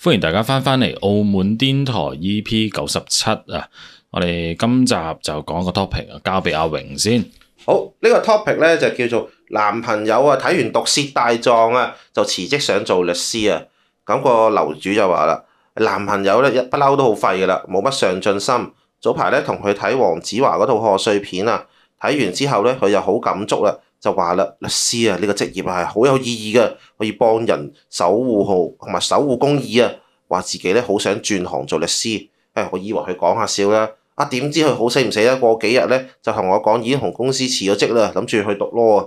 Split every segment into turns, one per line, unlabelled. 歡迎大家翻返嚟澳門癲台 EP 九十七啊！我哋今集就講個 topic 啊，交俾阿榮先。
好，呢、個 topic 咧就叫做男朋友啊，睇完《毒舌大狀》啊，就辭職想做律師啊。咁、個樓主就話啦，男朋友咧一不嬲都好廢噶啦，冇乜上進心。早排咧同佢睇黃子華嗰套賀歲片啊，睇完之後咧佢就好感觸啦，就話啦，律師啊呢、個職業係好有意義嘅，可以幫人守護好同埋守護公義啊。話自己咧好想轉行做律師，誒、我以為佢講下笑啦。啊點知佢好死唔死咧？過幾日咧就同我講已經同公司辭咗職啦，諗住去讀 law 啊，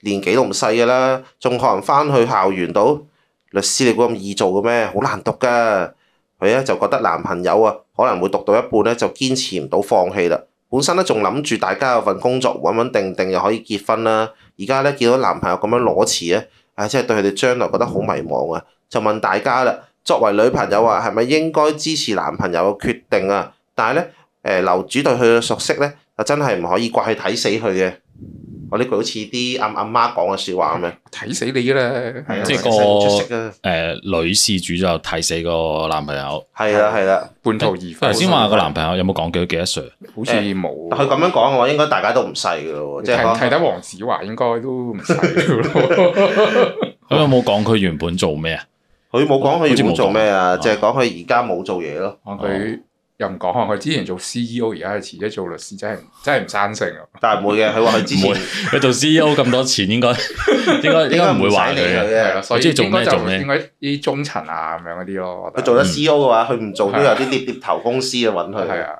年紀都唔細㗎啦，仲學人翻去校園度律師，你估咁易做嘅咩？好難讀㗎。佢咧就覺得男朋友啊可能會讀到一半咧就堅持唔到放棄啦。本身咧仲諗住大家有份工作穩穩定定又可以結婚啦，而家咧見到男朋友咁樣裸辭咧，唉真係對佢哋將來覺得好迷茫啊！就問大家啦，作為女朋友啊，係咪應該支持男朋友嘅決定啊？但係咧。誒呃樓主對佢嘅熟悉咧，就真係唔可以怪佢睇死佢嘅。我呢句好似啲阿阿媽講嘅説話咁樣，
睇死你啦！
係啊
嗯即係個
出色啊，
誒、女事主就睇死個男朋友。
係啦係啦。
半途
頭
而廢。
先話個男朋友有冇講佢幾多歲？
好似冇，
但佢咁樣講嘅話，應該大家都唔細嘅咯喎，即係
睇睇
可
得黃子華應該都唔 細咯。
佢有冇講佢原本做咩啊？
佢冇講佢原本做咩啊，
好似哦
就
冇講
係講佢而家冇做嘢咯。
看佢又唔講，看佢之前做 CEO，而家係辭咗做律師，真係真係唔生性啊！
但係唔會嘅，佢話佢之
唔
前
會佢做 CEO 咁多錢，應該 應該應該唔會話佢啊嘅。
係啦，
嘅。
所以
即係做
應
咩
該
做
就
咩
應該啲中層啊咁樣嗰啲咯。我覺
佢
得
做得
嗯
C.O. 嘅話，佢唔做都
啊
有啲獵獵頭公司啊揾
係
佢。
啊，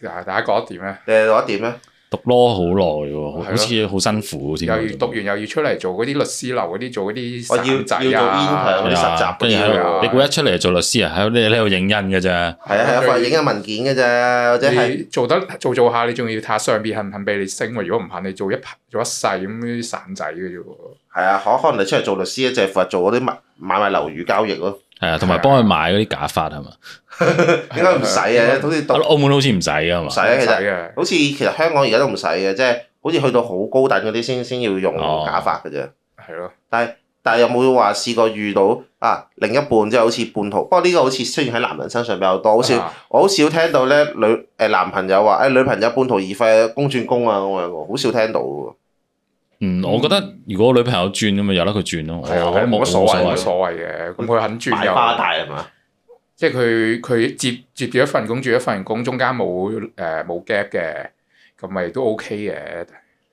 嗱，大家覺得點咧？
你哋攞一點咧？
讀 law 好耐喎，
係咯
好似好辛苦
啊
添。啊
又要讀完又要出嚟做嗰啲律師樓嗰啲，做嗰啲
我要
散仔
要做 intern
啊
嗰啲，實習
跟住
嗰啲
喺
啊
度，你估一出嚟就做律師啊？喺度你喺度影印嘅啫。
係啊係啊，佢話影下文件嘅啫，或者係
你做得做做下，你仲要睇下上邊肯唔肯俾你升喎。如果唔肯，你做一排做一世咁啲散仔嘅啫喎。
係啊，可可能你出嚟做律師咧，就係負責做嗰啲買買賣樓宇交易咯。
係啊，同埋幫佢買嗰啲假髮係嘛？
應該唔使嘅，好似讀
澳門好似唔使㗎嘛
唔。使嘅，啊其實
嘅。
好似其實香港而家都唔使嘅，即係好似去到好高等嗰啲先先要用
哦
假髮嘅啫。
係咯，
但係有冇話試過遇到啊另一半即係好似半途？不過呢個好似出現喺男人身上比較多，好似
啊
我好少聽到咧女誒、男朋友話誒、女朋友半途而廢公轉公啊咁樣喎，好少聽到喎。
嗯，我覺得如果女朋友轉咁咪由得佢轉咯，我
係啊，
我
冇
冇
乜所謂，冇乜
謂。
所謂嘅。咁佢肯轉
買花
又，
大係嘛？
即係佢佢接接住一份工，住一份工，中間冇誒冇 gap 嘅，咁咪都 OK 嘅。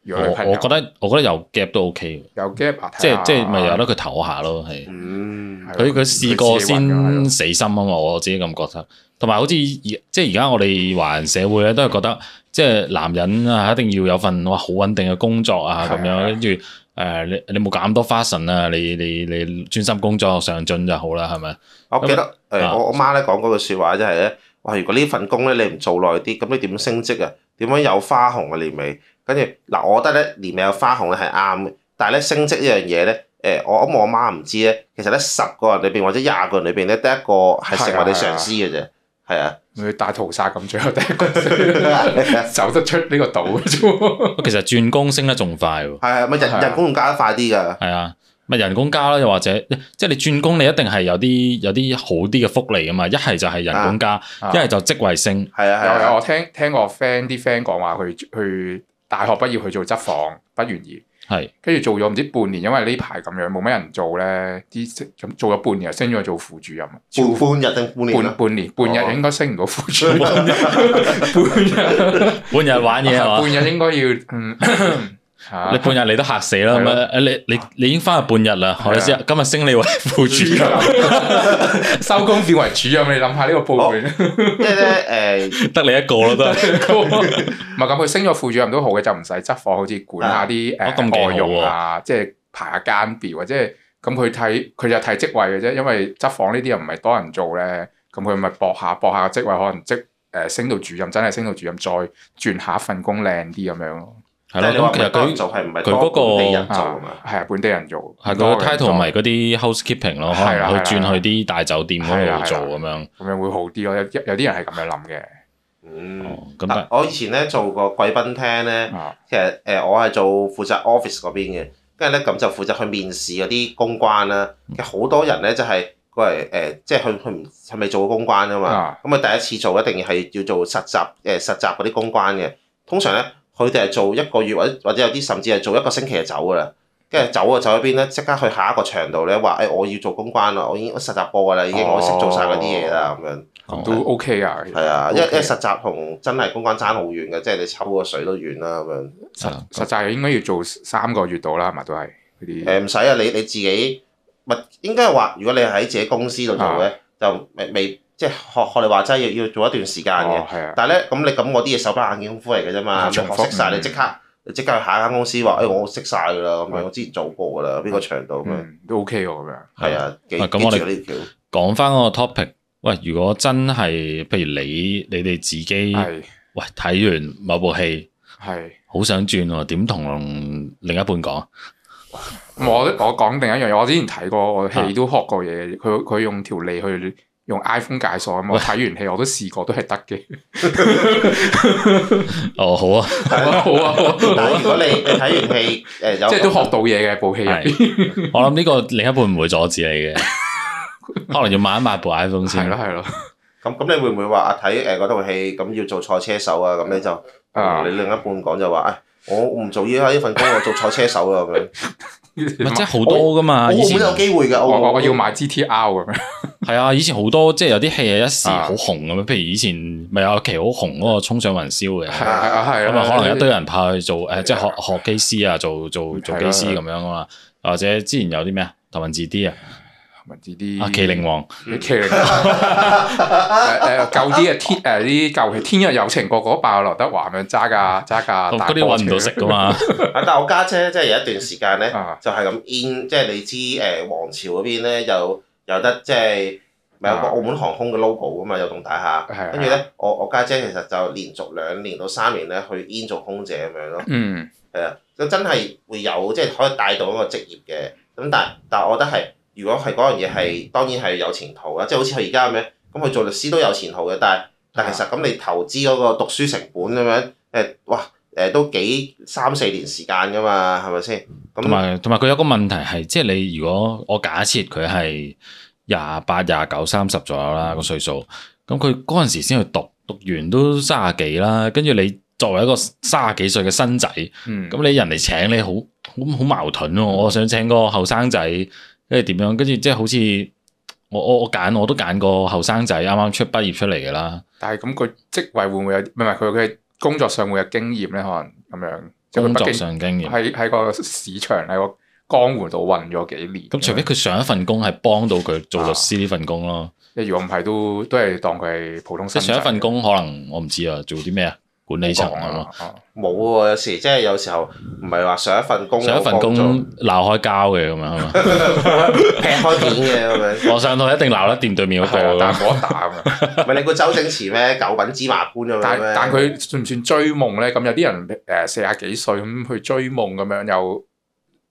如
我
果女朋友
我覺得我覺得有 gap 都 OK，
有 gap，啊
即係即係咪由
睇下
得佢唞下咯，係。
嗯，
係咯
佢佢試過
佢自己揾㗎係咯
先死心啊嘛，我自己咁覺得。同埋好似而即係而家我哋華人社會咧，都係覺得即係男人啊，一定要有份哇好穩定嘅工作啊
係
咁
啊
樣，跟住誒你你冇搞咁多花神啊，你你你專心工作上進就好啦，係咪？
我記得誒、
啊
我我媽咧講嗰句説話即係咧，哇！如果呢份工咧你唔做耐啲，咁你點升職啊？點樣有花紅啊年尾？跟住嗱，我覺得咧年尾有花紅咧係啱嘅，但係咧升職呢樣嘢咧，誒、我諗我媽唔知咧，其實咧十個人裏邊或者廿個人裏邊咧，得一個係成為你上司嘅啫，係啊，
佢大屠殺咁，最後第一個 走得出呢個島嘅啫 喎。
其實轉工升得仲快喎，
係啊，咪
係啊
人人工仲加得快啲㗎，
係啊，咪人工加啦，又或者即係你轉工你一定係有啲有啲好啲嘅福利噶嘛，一係就係人工加，一係就職位升。
係啊係
啊有有，
啊，
我聽聽我 friend 啲 friend 講話，佢去大學畢業去做執房，不願意，
係
跟住做咗唔知半年，因為呢排咁樣冇乜人做咧，啲咁做咗半年，升咗去做副主任，
半
超
半日定半年
半
啊，
半年半
哦
日應該升唔到副 主任，半日
半日玩嘢係嘛
啊
半？日應該要 嗯嚇
你半日你都嚇死啦，
係
咁
咯
啊你你你已經翻去半日啦，我哋知啊今日升你為副主任，
收工變為主任，你諗下呢個部
哦
門。
因為咧誒
得你一個啦都係。
唔係咁，佢升咗副主任都好嘅，就唔使執房，好似管下啲
啊咁
誒
幾好
外傭啊，即係排下間表啊，即係咁佢睇佢就睇職位嘅啫，因為執房呢啲又唔係多人做咧，咁佢咪搏下搏下個職位，可能職誒升到主任，真係升到主任，再轉下一份工靚啲咁樣咯。
即係
係
你
咯，
話
咁其實
多人
佢
做係唔係
佢
多
嗰個
本地人做啊
啊
嘛？，
係啊，本地人做，
係佢
多
個
人做
title 咪嗰啲 housekeeping 咯，可能
係啦係
佢
啦
轉去啲大酒店嗰
係啦係
度
啦
做咁樣。
咁樣會好啲咯。有有啲人係咁樣諗嘅
Ừ. 嗯。
哦，咁
嗱
得，
我以前咧做過貴賓廳咧，
啊，
其實誒、我係做負責 office 嗰邊嘅，跟住咧咁就負責去面試嗰啲公關啦。其實好多人咧就係、誒、佢係誒，即係佢佢唔係咪做過公關啊嘛？
啊，
咁佢第一次做一定係要做實習誒、實習嗰啲公關嘅。通常咧，佢哋係做一個月或者或者有啲甚至係做一個星期就走噶啦。跟住走啊走喺邊咧？即刻去下一個場度咧話誒，我要做公關啦，我已經我實習過噶啦，已經我識做晒嗰啲嘢啦咁樣。
哦
都 OK 啊，其實
係啊，因
OK
為因為實習同真係公關爭好遠嘅，即係你抽個水都遠啦咁樣。
實
實際應該要做三個月度啦，係咪都係嗰啲
誒唔使啊，你你自己咪應該係話，如果你喺自己公司度做
啊
嘅，就未未即係學學你話齋要要做一段時間嘅。
哦，係啊，
但係咧，咁你咁嗰啲嘢手板眼見功夫嚟嘅啫嘛，
啊
你
重複
學識晒，
嗯
你即刻你即刻去下一間公司話，誒哎我識晒㗎啦，咁樣我之前做過㗎啦，邊個場度咁樣，
啊嗯，都 OK 喎咁樣。
係啊，記
啊咁
記
我哋
住呢條橋。
講翻嗰個 topic，喂，如果真係譬如你你哋自己，
係
喂睇完某部戲，
係，
好想轉喎，點同另一半講？
咁我我講定一樣嘢，我之前睇過我
啊
戲都學過嘢，佢佢用條脷去用 iPhone 解鎖咁，我睇完戲我都試過，都係得嘅。
哦， 好啊，
好啊好啊，好啊
但係如果你你睇完戲誒有
即係都學到嘢嘅部戲入邊。
係我諗呢個另一半唔會阻止你嘅，可能要抹一抹部 iPhone
係
先
咯。係咯，
咁咁，你會唔會話啊睇誒嗰套戲咁要做賽車手啊？咁你就
啊
同你另一半講就話誒，我我唔做依啊家呢份工，我做賽車手啊咁樣。
唔係，即係好多噶嘛。
我
以
澳
前
門有機會㗎，
啊我
澳
我
門
我要買 GTR 咁樣，
係啊，以前好多即係有啲戲係一時
啊
好紅咁樣，譬如以前咪有期好紅嗰個《衝上雲霄》嘅，
係啊係啊係啊，啊
咁啊可能一堆人派去做誒，即係學學機師啊，做做做機師
係
咁
啊
樣啊嘛。或者之前有啲咩啊，頭文字 D 啊，
文字啲
啊麒麟王，
你麒麟 誒誒舊啲嘅天誒啲舊戲《天若有情》，個個爆劉德華咁樣揸架揸架
咁
啊大
哦嗰啲
波
揾唔到
車
食噶嘛。
啊！但係我家姐咧，即係有一段時間咧，
啊
就係咁 in，即係你知誒皇朝嗰邊咧，有有得即係咪有個
啊
澳門航空嘅 logo 噶嘛？有棟大
係啊
廈，跟住咧，我我家姐其實就連續兩年到三年咧去 in 做空姐咁樣咯，
嗯
係啊，咁真係會有即係可以帶動一個職業嘅。咁但係但係我覺得係，如果係嗰樣嘢係當然係有前途啦，即係好似佢而家咁樣，咁佢做律師都有前途嘅，但係。
啊
但其實咁你投資嗰個讀書成本咁樣，誒哇誒都幾三四年時間噶嘛，係咪先？
同
咁
埋同埋佢有個問題係，即係你如果我假設佢係廿八、廿九、三十左右啦個歲數，咁佢嗰陣時先去讀，讀完都三十幾啦，跟住你作為一個三十幾歲嘅新仔，咁
嗯
你人嚟請你好好好矛盾喎、我想請個後生仔，跟住點樣？跟住即係好似我我我揀我都揀個後生仔，啱啱出畢業出嚟㗎啦，
但係咁佢職位會唔會有？唔係佢佢工作上會有經驗咧，可能咁樣。即係佢
工
畢
作
竟
上經驗。
喺喺個市場喺個江湖度混咗幾年。
咁除非佢上一份工係幫到佢做律師呢份工咯。
即係如果唔係，都都係當佢係普通
即
新
係
仔。
上一份工可能我唔知啊，做啲咩啊，管理層
冇講
啊嘛。
啊，
冇喎，有時即係有時候唔係話上一份工
上一份工
有幫助
鬧開交嘅咁樣係嘛？
劈開片嘅咁樣，
我上到一定鬧得掂對面嗰
係啊
個，
但
㗎
係冇得打咁樣。
唔係你個周星馳咩九品芝麻官咁樣
但
咩？
但佢算唔算追夢咧？咁有啲人誒四廿幾歲咁去追夢咁樣，又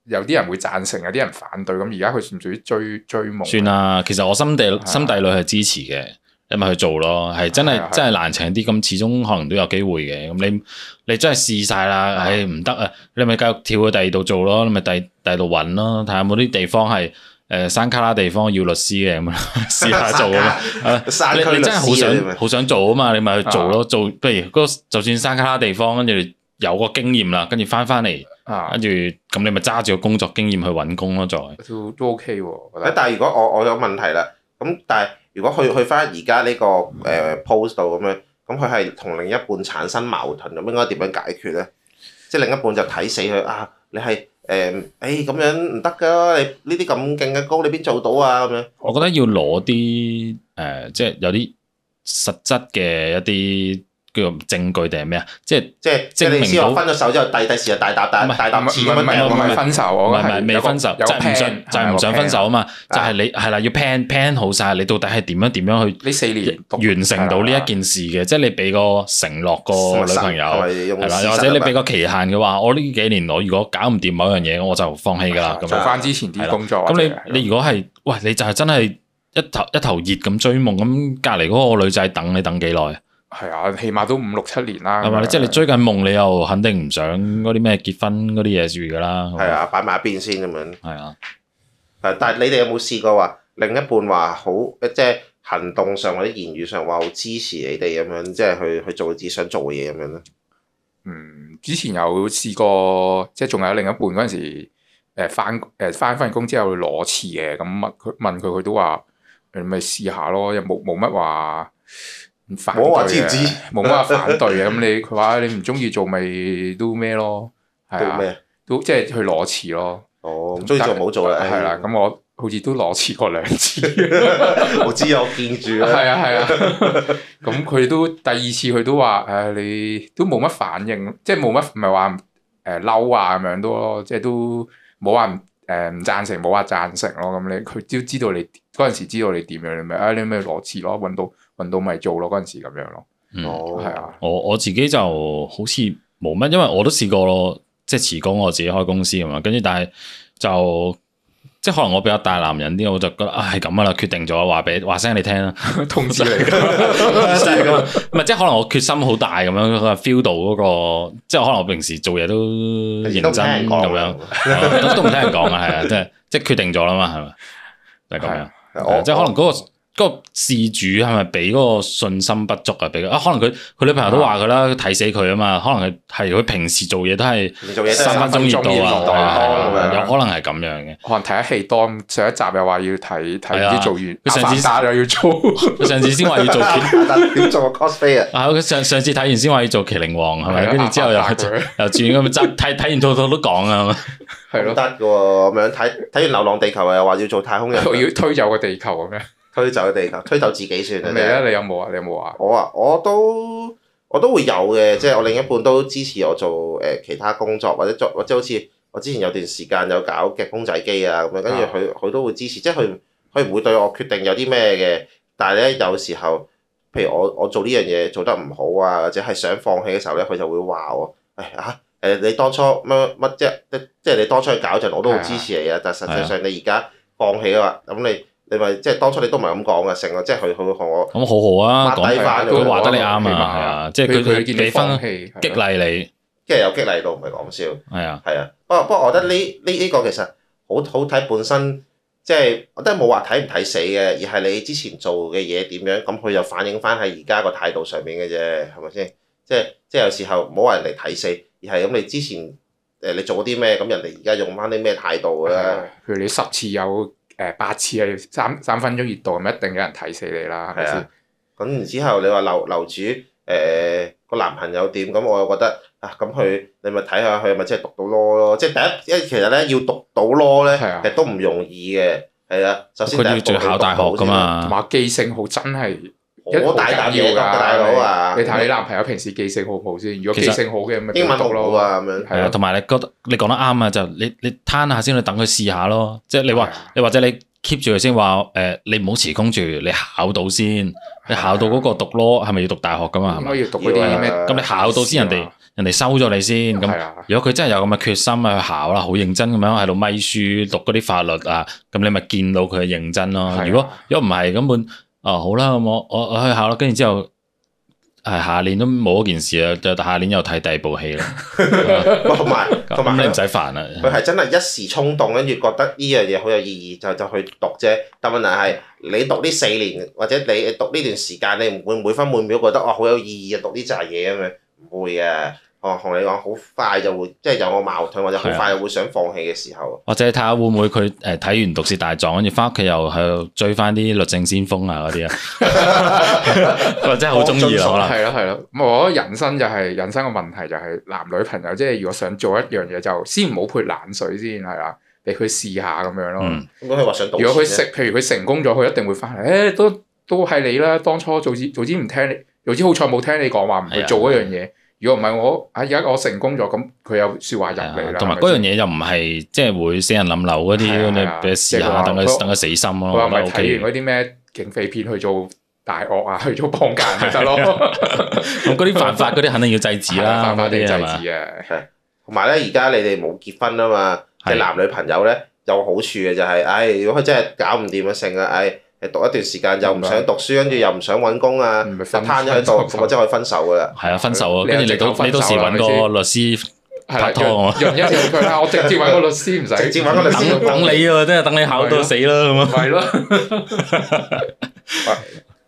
有啲人會贊成，有啲人反對。咁而家佢算唔算追追夢？
算啦。其實我心
啊
地心底裏係支持嘅，你咪去做咯。係真
係啊
係
係
真係難請啲，咁始終可能都有機會嘅。咁你你真係試晒啦，唉唔得啊，你咪繼續跳去第二度做咯，你咪第第二度揾咯，睇下有冇啲地方係誒山卡拉地方要律師嘅咁樣 試下做啊嘛。啊
山
你
區
你
律
真係好
師啊你
想
咪
好想做啊嘛，你咪去做咯，做譬如嗰就算山卡拉地方，跟住有個經驗啦，跟住翻翻嚟，
啊
跟，住咁你咪揸住個工作經驗去揾工咯，再
都都 OK 喎，我
誒
覺得。
但係如果我我有問題啦，咁但係如果去去翻而家呢個誒 post 度咁樣，咁佢係同另一半產生矛盾，咁應該點樣解決咧？即係另一半就睇死佢啊！你係誒誒咁樣唔得㗎，你呢啲咁勁嘅高，你邊做到啊？咁樣
我覺得要攞啲誒，即係有啲實質嘅一啲叫做證據定係咩啊？即係
即係即係你知我分咗手之後，第第時就大搭大
唔係
大
但
搭
唔
錢
係
咁樣
唔係
掟
唔
落
係
去
分手，
唔
我
係
覺
唔
得係
係未分手，
有
就
個
係唔想
plan，
就係唔想分手啊嘛，就係你係啦，要 plan plan 好晒，你到底係點樣點樣去
呢四年讀
完成到
啊
呢一件事嘅，即係你俾個承諾個女朋友。啊
係
係啦，又或者你俾個期限嘅話，我呢幾年我如果搞唔掂某樣嘢，我就放棄㗎啦。咁
做
樣
翻之前啲工作。或者
咁你你如果係喂，你就係真係一頭一頭熱咁追夢，咁隔離嗰個女仔等你等幾耐啊
係啊，起碼都五六七年啦。
係咪？
咁樣
即係你追緊夢，你又肯定唔想嗰啲咩結婚嗰啲嘢住㗎啦。
啊係啊，擺埋一邊先咁樣。
係啊，
係但係你哋有冇試過話另一半話好，即係行動上或者言語上話好支持你哋咁樣，即係去去做自己想做嘅嘢咁樣咧？
嗯，之前有試過，即係仲有另一半嗰陣時，誒翻誒翻份工之後攞次嘅，咁問佢問佢，佢都話誒咪試下咯，又冇冇乜話反對
冇話知唔
嘅
知
冇乜話反對嘅。咁你佢話哎你唔中意做咪都咩咯，係
做
啊，
咩？
都即係去攞次咯，
哦，唔中意做冇做啦，
係啦。咁我好似都攞次過兩次， 係
咁我知啊，我見住啦。
啊係啊。咁佢都第二次佢都話誒、你都冇乜反應，即係冇乜唔係話誒嬲啊咁樣咯，即係都冇話唔誒唔贊成，冇話贊成咯。咁你佢都知道你嗰陣時知道你點樣，你咪啊你咪攞次咯，揾到揾到咪做咯，嗰陣時咁樣咯，
嗯
哦，
係啊，
我我自己就好似冇乜，因為我都試過咯，即係辭工，我自己開公司咁嘛，跟住但係就即係可能我比較大男人啲，我就覺得啊係咁噶啦，決定咗，話俾話聲你 聽啦，
通知你㗎。
就係咁啊，唔係即係可能我決心好大咁樣，佢 feel 到嗰、個，即係可能我平時做嘢都認真咁樣，係啊都都唔聽人講啊，係啊，即係即係決定咗啦嘛，係咪？就係咁樣。
啊
我
即係可能嗰、個嗰個事主係咪俾嗰個信心不足啊？俾佢啊，可能佢佢女朋友都話佢啦，佢睇死佢啊嘛。可能佢係佢平時做嘢都係
你做嘢都係
三
三
分
分
鐘熱度啊
啊三分鐘熱
係
度啊
啊，係啊
係 啊
有可能係咁樣嘅。
可能睇得戲多，上一集又話要
係
睇睇
啊
啲做完，
佢上次
阿凡達又要做，
佢上次先話要做 麒，
鐘。點做個 cosplay 啊？
啊佢上上次睇完先話要做麒麟王係
係
咪？
啊
跟住之 後又
阿伯佢
又轉咁執睇睇完套套都講啊，
係
唔
咯
得，嘅喎，咁樣睇睇完《流浪地球》又話要做太空 人，
我 要推走個地球咁樣。
推走地球，推走自己算啦
你咧，
啫。
你有冇啊？你有冇啊？
我啊，我都我都會有嘅，即係我另一半都支持我做誒、呃其他工作，或者作或者好似我之前有段時間有搞嘅公仔機啊咁樣，跟住
啊
佢佢都會支持，即係佢佢唔會對我決定有啲咩嘅，但係咧有時候，譬如我我做呢樣嘢做得唔好啊，或者係想放棄嘅時候咧，佢就會話我，誒、哎、啊誒你當初乜乜即即即係你當初去搞嗰陣，我都好支持你啊，但係實際上你而家放棄啊嘛，咁你你咪即係當初你都唔係咁講嘅，成個即係佢佢會同我。
咁好好啊，
抹
講
低
係啊
返
佢話得你啱啊，
起碼
係啊，即係佢
佢佢
佢
見
俾
你放
分
棄
激勵你，
即係有激勵到，唔係講笑。
係啊，
係啊，不過不過，我覺得呢呢呢個其實好好睇本身，即係我覺得冇話睇唔睇死嘅，而係你之前做嘅嘢點樣，咁佢就反映翻喺而家個態度上面嘅啫，係咪先？即係即係有時候唔好話人哋睇死，而係咁你之前誒你做過啲咩，咁人哋而家用翻啲咩態度
係
啦
啊。譬如你十次有誒八次係三三分鐘熱度，咁一定有人睇死你啦，係咪
係
先
啊？咁然之後你話樓樓主誒個、男朋友點？咁我又覺得啊，咁佢你咪睇下佢咪即係讀到 law 咯，即係第一，因為其實咧要讀到 law 咧，
係啊
其實都唔容易嘅，係啊。首先
佢
第一
要仲要
步
考大學噶，
同
嘛，啊
埋記性好真係
你啊讀到好先好大膽嘢㗎，大佬啊！
你睇你男朋友平時記性好唔好先？如果
其
記
實
性好嘅，咪
英文
讀
好唔好
咯。
啊？咁樣
係
係
啊，
啊，
同埋你覺得你講得啱啊，就你你攤下先，你等佢試下咯。即係你話
係啊
你或者你 keep 住佢先話誒，你唔好辭工住，你考到先，你考到嗰個讀 law 係咪要讀大學噶嘛？係
應
咪
該？要讀嗰啲咩
要啊？
咁你考到先，人哋人哋收咗你先。
係
咁
啊，
如果佢啊真係有咁嘅決心啊，去考啦，好認真咁樣喺度咪書讀嗰啲法律啊，咁你咪見到佢嘅認真咯
係。啊
如果如果唔係根本啊好啦，咁我我我去考啦，跟住之後係下年都冇嗰件事啦，就下年又睇第二部戲啦。啊
同埋同
咁
埋
你
佢
唔使煩
嗯
啦。
佢係真係一時衝動，跟住覺得呢樣嘢好有意義，就就去讀啫。但問題係你讀呢四年，或者你讀呢段時間，你唔會每分每秒覺得哦好有意義啊，讀呢扎嘢咁樣，唔會嘅。我同你講，好快就會即係有個矛盾，或者
啊
好快就會想放棄嘅時候。
或者睇下會唔會佢誒睇完《毒舌大狀》，跟住翻屋企又喺度追翻啲《律政先鋒》啊嗰啲啊，或者好中意啦，可能
係咯啊係咯。咁我覺得人生就係人生嘅問題就係男女朋友，即係如果想做一樣嘢，就先唔好潑冷水先係啦，俾佢試下咁樣咯。
嗯
咁佢話想讀，
如果佢成，譬如佢成功咗，佢一定會翻嚟。誒、都都係你啦，當初早知早知唔聽你，早知好彩冇聽你講話唔
係
去
啊
做嗰樣嘢。如果唔係我，啊而家我成功咗，咁佢有説話入
係
嚟
啊
啦。
同埋
係咪
嗰樣
先
嘢又唔係即係會死人冧樓嗰
係
啲，
啊
你
係啊
俾佢試
即係佢
下，
話
等佢
佢
等佢死心
佢
咯，
話
我覺
咪
得 O
睇
K
完嗰啲咩警匪片去做大惡啊， 去做幫奸咪得 咯。
咁嗰啲犯法嗰啲肯定要制止
係啊
啦，
犯法
嗰
定
啲
制
係嘛？
止嘅，
同埋咧而家你哋冇結婚啊嘛，即係
係
男女朋友咧有好處嘅就係、唉、如果佢真係搞唔掂啊成啊，唉、讀一段時間又唔想讀書，跟住又唔想揾工啊，
唔係
就
分
攤咗喺度，
分
咁
手
我真係可以分手噶啦。
係啊，分手啊，
你
跟
有
住你
藉口
到
分
你到時
手啦
揾個律師拍拖咁啊，
潤一潤佢啦，我直接揾個律師唔使，
直接揾個 律
等
啊
師
等你喎，真係等你考到死啦咁啊！
係咯，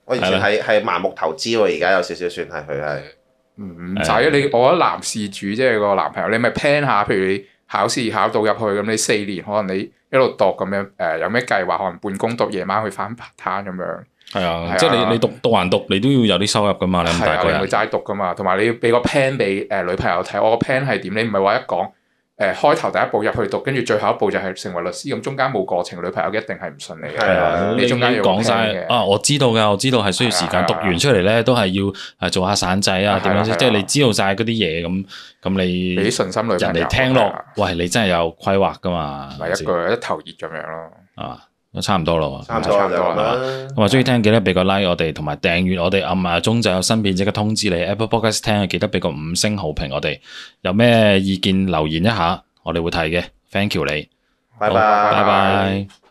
我完全係係盲目投資喎，而家有少少算係佢係。
唔使你，我覺得男事主即係個男朋友，你咪 plan 下，譬如你考試考到入去咁，你四年可能你一路讀咁樣，誒、有咩計劃？可能半工讀，夜晚去翻 part time 咁樣，
係
係
啊，
啊
即係你你讀讀還讀，你都要有啲收入噶嘛，你咁
係
大
啊，
個
你唔會
人，
齋讀噶嘛，同埋你要俾個 plan 俾誒女朋友睇，我個 plan 係點？你唔係話一講誒、開頭第一步入去讀，跟住最後一步就係成為律師，咁中間冇過程，女朋友一定係唔信你
係
係
嘅。
啊
啊，
你
你中間
你
要
講
聽
晒
嘅
啊，我知道㗎，我知道係需要時
係啊係
間
啊
讀完出嚟咧，都係要誒做下散仔啊，
係啊
點樣
係
先？
啊
即係你知道晒嗰啲嘢咁，咁你
俾信心女朋友，
人哋聽落
係啊，
喂，你真係有規劃㗎嘛？
唔係一個一頭熱咁樣咯。
啊，都差唔多啦喎，
差唔多啦就咁
係嘛
啦。
同埋中意聽記得俾個 like 我哋，同埋訂閱我哋，暗埋鐘就有新片即刻通知你。Apple Podcast 聽記得俾個五星好評我哋，有咩意見留言一下，我哋會睇嘅。Thank you 你，
拜
好
拜。
拜拜